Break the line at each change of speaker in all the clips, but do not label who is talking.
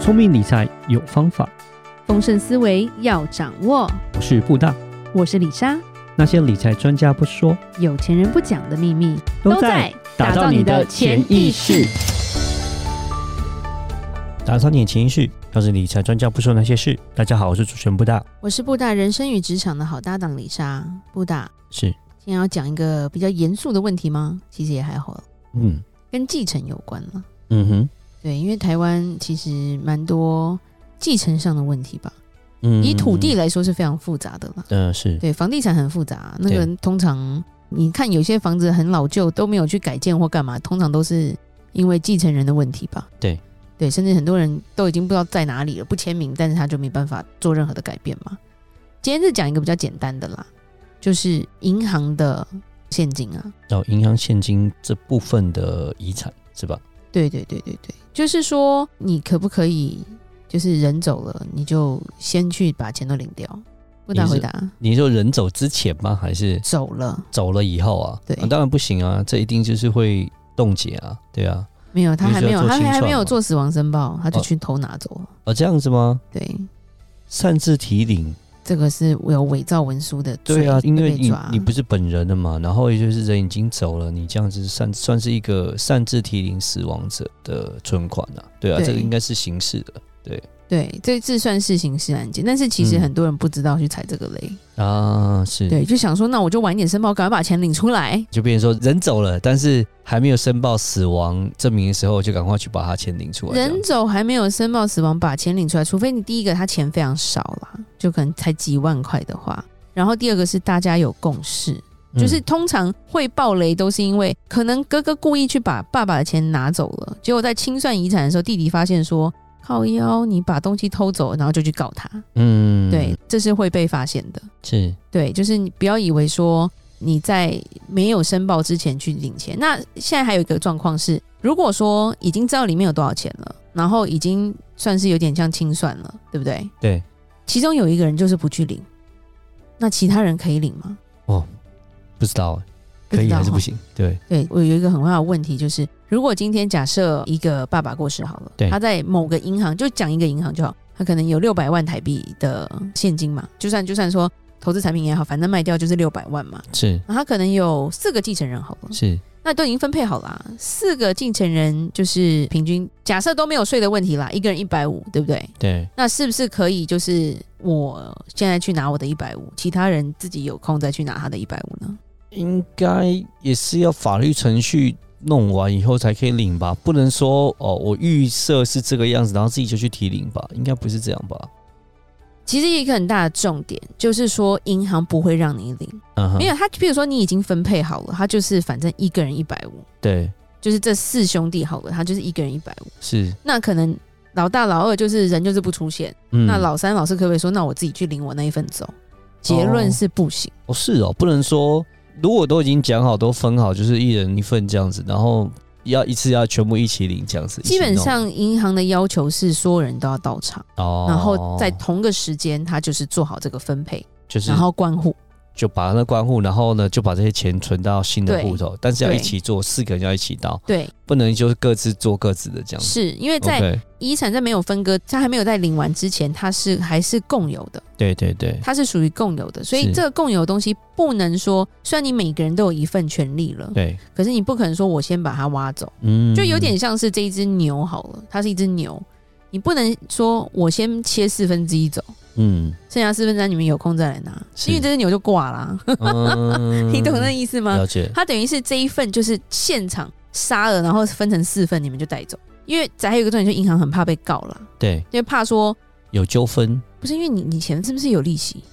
聪明理财有方法，
丰盛思维要掌握。
我是布大。
我是李莎，
那些理财专家不说，
有钱人不讲的秘密
打造你的潜意识。。打造你的潜意识，让是理财专家不说那些事。大家好，我是主持人布大。
我是布大人生与职场的好搭档李莎。布大，
是，
今天要讲一个比较严肃的问题吗？其实也还好，
嗯
跟继承有关了。
嗯哼，
对，因为台湾其实蛮多继承上的问题吧，
嗯
以土地，来说是非常复杂的啦。
呃，是，
对，房地产很复杂，啊那个
对
通常你看有些房子很老旧，都没有去改建或干嘛，通常都是因为继承人的问题吧。
对，
对，甚至很多人都已经不知道在哪里了，不签名，但是他就没办法做任何的改变嘛。今天是讲一个比较简单的啦，就是银行的现金啊，
然后银行现金这部分的遗产是吧？
对对对对对，就是说你可不可以，就是人走了，你就先去把钱都领掉？不打
你是
回答，
你说人走之前吗？还是
走了
走了以后啊？
对
啊当然不行啊，这一定就是会冻结啊，对啊。
没有？他
你
还
是
没
要
有，
做
他
清
还
算
没有
吗
做死亡申报，他就
哦
去偷拿走了。
哦，这样子吗？
对，
擅自提领，
这个是有伪造文书的罪，
对啊，因
会
为
被
你
抓
你不是本人的嘛，然后也就是人已经走了，你这样子擅算是一个擅自提领死亡者的存款啊，对啊，
对
这个应该是刑事的
对，这这算是刑事案件，但是其实
嗯
很多人不知道去踩这个雷，
啊，是，
对，就想说那我就晚一点申报，赶快把钱领出来。
就变成说人走了，但是还没有申报死亡证明的时候，就赶快去把他钱领出来，这
人
样
走还没有申报死亡，把钱领出来，除非你第一个他钱非常少啦，就可能才几万块的话，然后第二个是大家有共识，就是
嗯
通常会爆雷都是因为可能哥哥故意去把爸爸的钱拿走了，结果在清算遗产的时候，弟弟发现说靠腰你把东西偷走，然后就去告他，
嗯
对，这是会被发现的。
是
对，就是你不要以为说你在没有申报之前去领钱。那现在还有一个状况是，如果说已经知道里面有多少钱了，然后已经算是有点像清算了，对不对？
对，
其中有一个人就是不去领，那其他人可以领吗？
不知道
不
可
知
以
道
还是不
哈
行，对，
对我有一个很大的问题，就是如果今天假设一个爸爸过世好了，
对
他在某个银行，就讲一个银行就好，他可能有六百万台币的现金嘛，就算就算说投资产品也好，反正卖掉就是六百万嘛。
是
那他可能有四个继承人好了，
是，
那都已经分配好了啊，四个继承人就是平均假设都没有税的问题啦，一个人一百五，对不对？
对，
那是不是可以就是我现在去拿我的一百五，其他人自己有空再去拿他的一百五呢？
应该也是要法律程序弄完以后才可以领吧，不能说哦，我预设是这个样子，然后自己就去提领吧，应该不是这样吧？
其实一个很大的重点就是说，银行不会让你领，
嗯哼，
没有他，譬如说你已经分配好了，他就是反正一个人一百五，
对，
就是这四兄弟好了，他就是一个人一百五，
是，
那可能老大老二就是人就是不出现。
嗯，
那老三、老四可不可以说，那我自己去领我那一份走？结论是不行，
哦是哦，不能说如果都已经讲好，都分好，就是一人一份这样子，然后要一次要全部一起领这样子，一起
基本
弄
上银行的要求是所有人都要到场，
哦，
然后在同个时间他就是做好这个分配，
就是
然后关户。
就把那关户，然后呢就把这些钱存到新的
对
户头，但是要
对
一起做，四个人要一起到，
对，
不能就是各自做各自的这样子。
是因为在
OK，
遗产在没有分割，他还没有在领完之前，它是还是共有的，
对对对，
它是属于共有的，所以
是
这个共有的东西不能说，虽然你每个人都有一份权利了，
对，
可是你不可能说我先把它挖走。
嗯
就有点像是这一只牛好了，它是一只牛，你不能说我先切四分之一走，
嗯，
剩下四分之三你们有空再来拿，
是
因为这只牛就挂啦，
嗯
你懂那意思吗？
了解，
它等于是这一份就是现场杀了，然后分成四份，你们就带走。因为还有一个重点，就是银行很怕被告啦，
对，
因为怕说
有纠纷，
不是因为你你钱是不是有利息，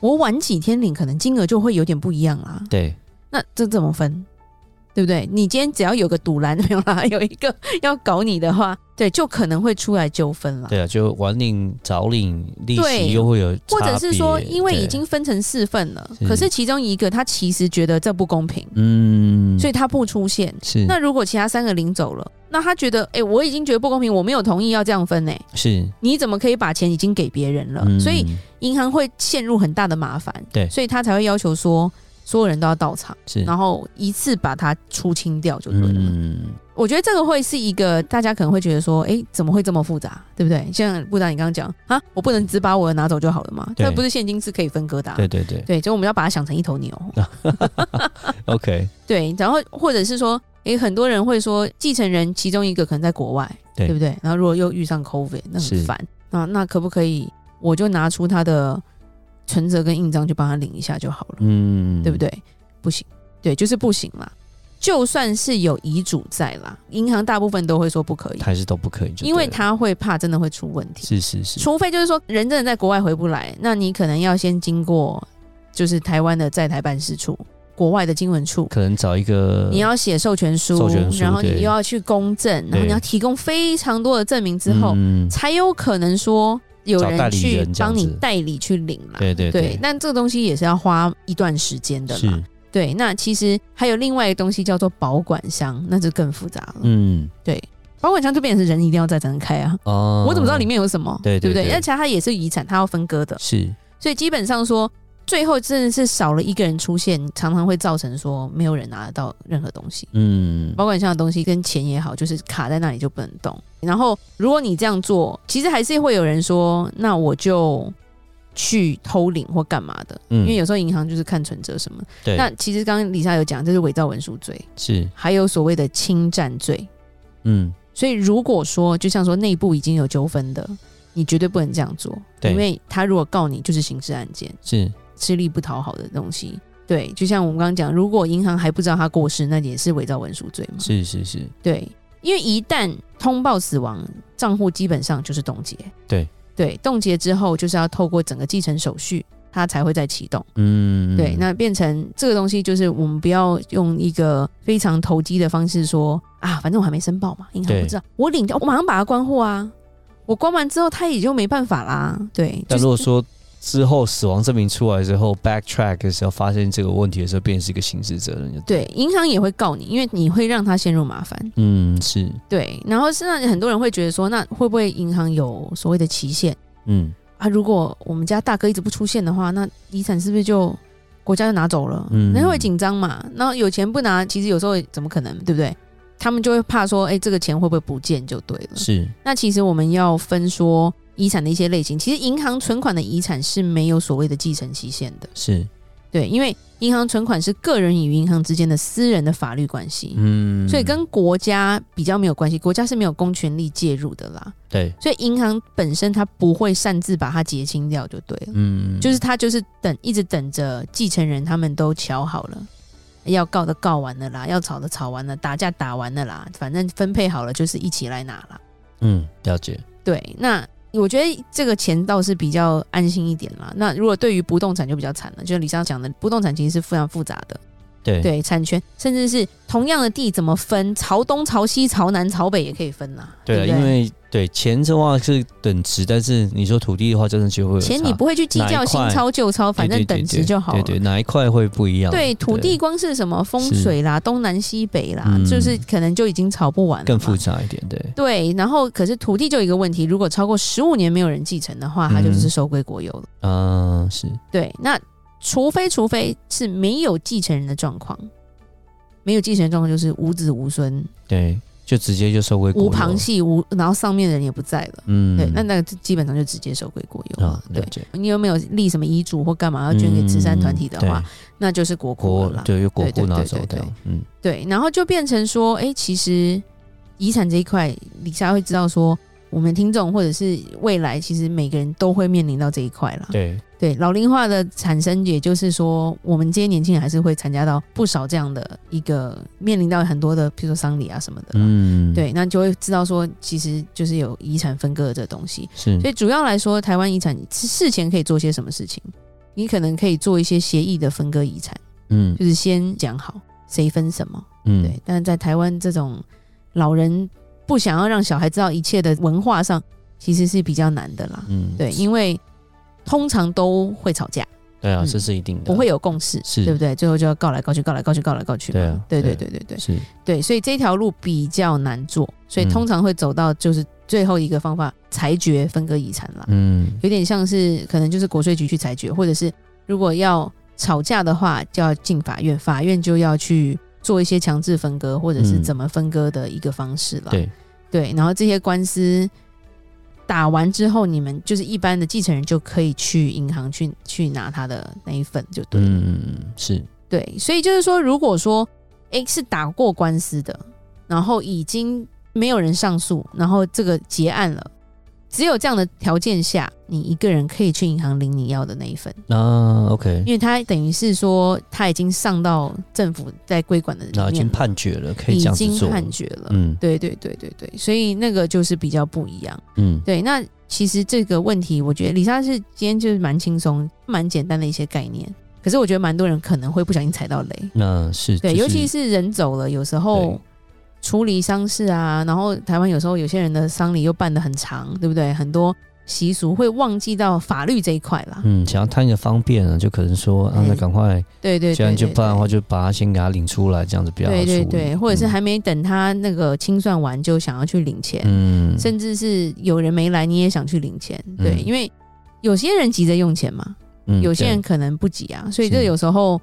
我晚几天领，可能金额就会有点不一样啦。
对，
那这怎么分？对不对？你今天只要有个赌篮 没有啦，有一个要搞你的话，对，就可能会出来纠纷了。
对啊，就晚领早领利息
对
又会有差别，
或者是说，因为已
对
经分成四份了，
是
可是其中一个他其实觉得这不公平，
嗯，
所以他不出现。
是
那如果其他三个领走了，那他觉得，哎、我已经觉得不公平，我没有同意要这样分呢、
是，
你怎么可以把钱已经给别人了？
嗯
所以银行会陷入很大的麻烦。
对
所以他才会要求说，所有人都要到场，
是
然后一次把它出清掉就对了。
嗯，
我觉得这个会是一个大家可能会觉得说，哎、怎么会这么复杂，对不对？像部长你刚刚讲啊，我不能只把我的拿走就好了嘛？
对
这不是现金是可以分割的啊、
对对对
对，所以我们要把它想成一头牛。
，OK，
对，然后或者是说，诶，很多人会说，继承人其中一个可能在国外，
对
不对？然后如果又遇上 COVID，那
是
很烦。那那可不可以，我就拿出他的存折跟印章，就帮他领一下就好了，
嗯，
对不？对？不行，对，就是不行啦。就算是有遗嘱在啦，银行大部分都会说不可以，
还是都不可以就对了，
因为他会怕真的会出问题。
是是是，
除非就是说人真的在国外回不来，那你可能要先经过就是台湾的在台办事处、国外的经文处，
可能找一个
你要写授权书，
呃授权书
然后你
对
又要去公证，然后
对
你要提供非常多的证明之后，
嗯，
才有可能说有
找代
人
理
去
人这样
帮你
子
代理去领啦。
对对对，
但这个东西也是要花一段时间的啦。
是，
对，那其实还有另外一个东西叫做保管箱，那就更复杂了。
嗯，
保管箱就变成是人一定要在才能开啊，
哦，
我怎么知道里面有什么？
对对
不对？
对
而且它也是遗产，它要分割的，
是
所以基本上说。最后真的是少了一个人出现，常常会造成说没有人拿得到任何东西。
嗯，
保管箱的东西跟钱也好，就是卡在那里就不能动。然后如果你这样做，其实还是会有人说，那我就去偷领或干嘛的，
因
因为有时候银行就是看存折什么。
嗯对
那其实刚刚李莎有讲，这是伪造文书罪，
是
还有所谓的侵占罪。
嗯
所以如果说，就像说内部已经有纠纷的，你绝对不能这样做，
对
因为他如果告你就是刑事案件，
是
吃力不讨好的东西。对，就像我们刚刚讲，如果银行还不知道他过世，那也是伪造文书罪嘛。
是是是，
对，因为一旦通报死亡，账户基本上就是冻结。
对
对，冻结之后就是要透过整个继承手续，它才会再启动。
嗯，
对，那变成这个东西，就是我们不要用一个非常投机的方式说啊，反正我还没申报嘛，银行
对
不知道，我领哦掉，我马上把它关户啊。我关完之后，他也就没办法啦。对，
但
就是
如果说之后死亡证明出来之后，backtrack 的时候发现这个问题的时候，变成是一个刑事责任就，
对，银行也会告你，因为你会让他陷入麻烦。
嗯，是，
对，然后现在很多人会觉得说，那会不会银行有所谓的期限？
嗯，
啊，如果我们家大哥一直不出现的话，那遗产是不是就国家就拿走了？
嗯
嗯，那会紧张嘛。然后有钱不拿，其实有时候怎么可能，对不对？他们就会怕说，哎、这个钱会不会不见就对了。
是，
那其实我们要分说遗产的一些类型，其实银行存款的遗产是没有所谓的继承期限的，
是，
对，因为银行存款是个人与银行之间的私人的法律关系。
嗯，
所以跟国家比较没有关系，国家是没有公权力介入的啦，
对，
所以银行本身它不会擅自把它结清掉就对了。
嗯，
就是他就是等一直等着继承人他们都瞧好了，要告的告完了啦，要吵的吵完了，打架打完了啦，反正分配好了就是一起来拿啦。
嗯，了解，
对，那我觉得这个钱倒是比较安心一点啦。那如果对于不动产就比较惨了，就是李莎讲的，不动产其实是非常复杂的，
对，啊
对产权，甚至是同样的地怎么分，朝东、朝西、朝南、朝北也可以分啦，
对了，
不对？
因为对钱的话是等值，但是你说土地的话，真的就会有
钱
差
你不会去计
哪一
较新
块
钞旧钞，反
对
正
对对
等值
对
就好了。
对对，哪一块会不一样？
对，土地光是什么风
哦是
水啦、东南西北啦，
嗯
就是可能就已经炒不完了，
更复。杂一点，对，
对，然后可是土地就有一个问题，如果超过十五年没有人继承的话，它就是
嗯
收归国有了。
嗯，是，
对，那除非除非是没有继承人的状况，没有继承人的状况就是无子无孙、
对，就直接就收回国
无
有
旁，系无，然后上面的人也不在了。
嗯，
对，那那个基本上就直接收归国有
啊
了。，
了
对，
解，
你有没有立什么遗嘱或干嘛要捐给慈善团体的
嗯
话，，那就是国
对
库
国
了啦。
嗯对，由国
对对
库拿
对
走
对
掉
对，
嗯，
对，然后就变成说，哎、其实遗产这一块，李莎会知道说，我们听众或者是未来，其实每个人都会面临到这一块啦。
对，
对，老龄化的产生，也就是说，我们这些年轻人还是会参加到不少这样的一个面临到很多的，譬如说丧礼啊什么的。
嗯，，
对，那就会知道说，其实就是有遗产分割的这个东西。
是
所，以主要来说，台湾遗产事前可以做些什么事情？你可能可以做一些协议的分割遗产，
嗯
就是先讲好谁分什么。
嗯，
对，但在台湾这种老人不想要让小孩知道一切的文化上，其实是比较难的啦。
嗯，
对，因为通常都会吵架，
对啊，
嗯
这是一定的，
不会有共识，
是
对不对？最后就要告来告去，告来告去，告来告去嘛。
对啊
对
对
对
啊
对对对
是，
对，所以这条路比较难做，所以
嗯
通常会走到就是最后一个方法，裁决分割遗产啦。
嗯，
有点像是可能就是国税局去裁决，或者是如果要吵架的话，就要进法院，法院就要去做一些强制分割或者是
嗯
怎么分割的一个方式了。
对，
对，然后这些官司打完之后，你们就是一般的继承人就可以去银行去去拿他的那一份，就对了。
嗯，是，
对，所以就是说，如果说诶是打过官司的，然后已经没有人上诉，然后这个结案了，只有这样的条件下，你一个人可以去银行领你要的那一份，
那 OK，
因为他等于是说他已经上到政府在归管的里面
那
了，
已经判决了，可以
已
这样子
经
做，
判决了。
嗯
对对对对对，所以那个就是比较不一样。
嗯，
对，那其实这个问题，我觉得李莎是今天就是蛮轻松、蛮简单的一些概念，可是我觉得蛮多人可能会不小心踩到雷。
那是
对，
就
尤其是人走了，有时候
对
处理丧事啊，然后台湾有时候有些人的丧礼又办得很长，对不对？很多习俗会忘记到法律这一块啦。
嗯，想要贪个方便啊，就可能说啊，那
哎
赶快，
对对对
既然就
对
不然的话，
对
就把它先给它领出来，这样子比较好
对对
处
对，
理
或者是
嗯
还没等他那个清算完就想要去领钱，
嗯，
甚至是有人没来你也想去领钱，对，
嗯
因为有些人急着用钱嘛，
嗯
有些人
对
可能不急啊，所以
是
这有时候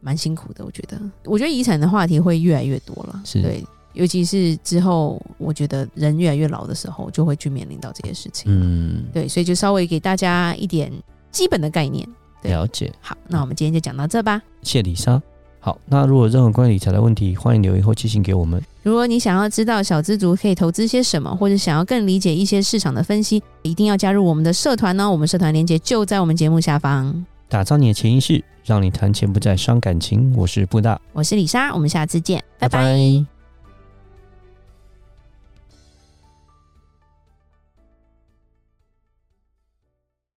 蛮辛苦的。我觉得，我觉得遗产的话题会越来越多了，
是
对，尤其是之后，我觉得人越来越老的时候，就会去面临到这些事情。
嗯
对，所以就稍微给大家一点基本的概念。对
了解，
好，那我们今天就讲到这吧。
谢丽莎。好，那如果有任何关于理财的问题，欢迎留言或寄信给我们。
如果你想要知道小资族可以投资些什么，或者想要更理解一些市场的分析，一定要加入我们的社团哦呢、我们社团链接就在我们节目下方。
打造你的潜意识，让你谈钱不再伤感情。我是布大，
我是李莎，我们下次见，拜拜
拜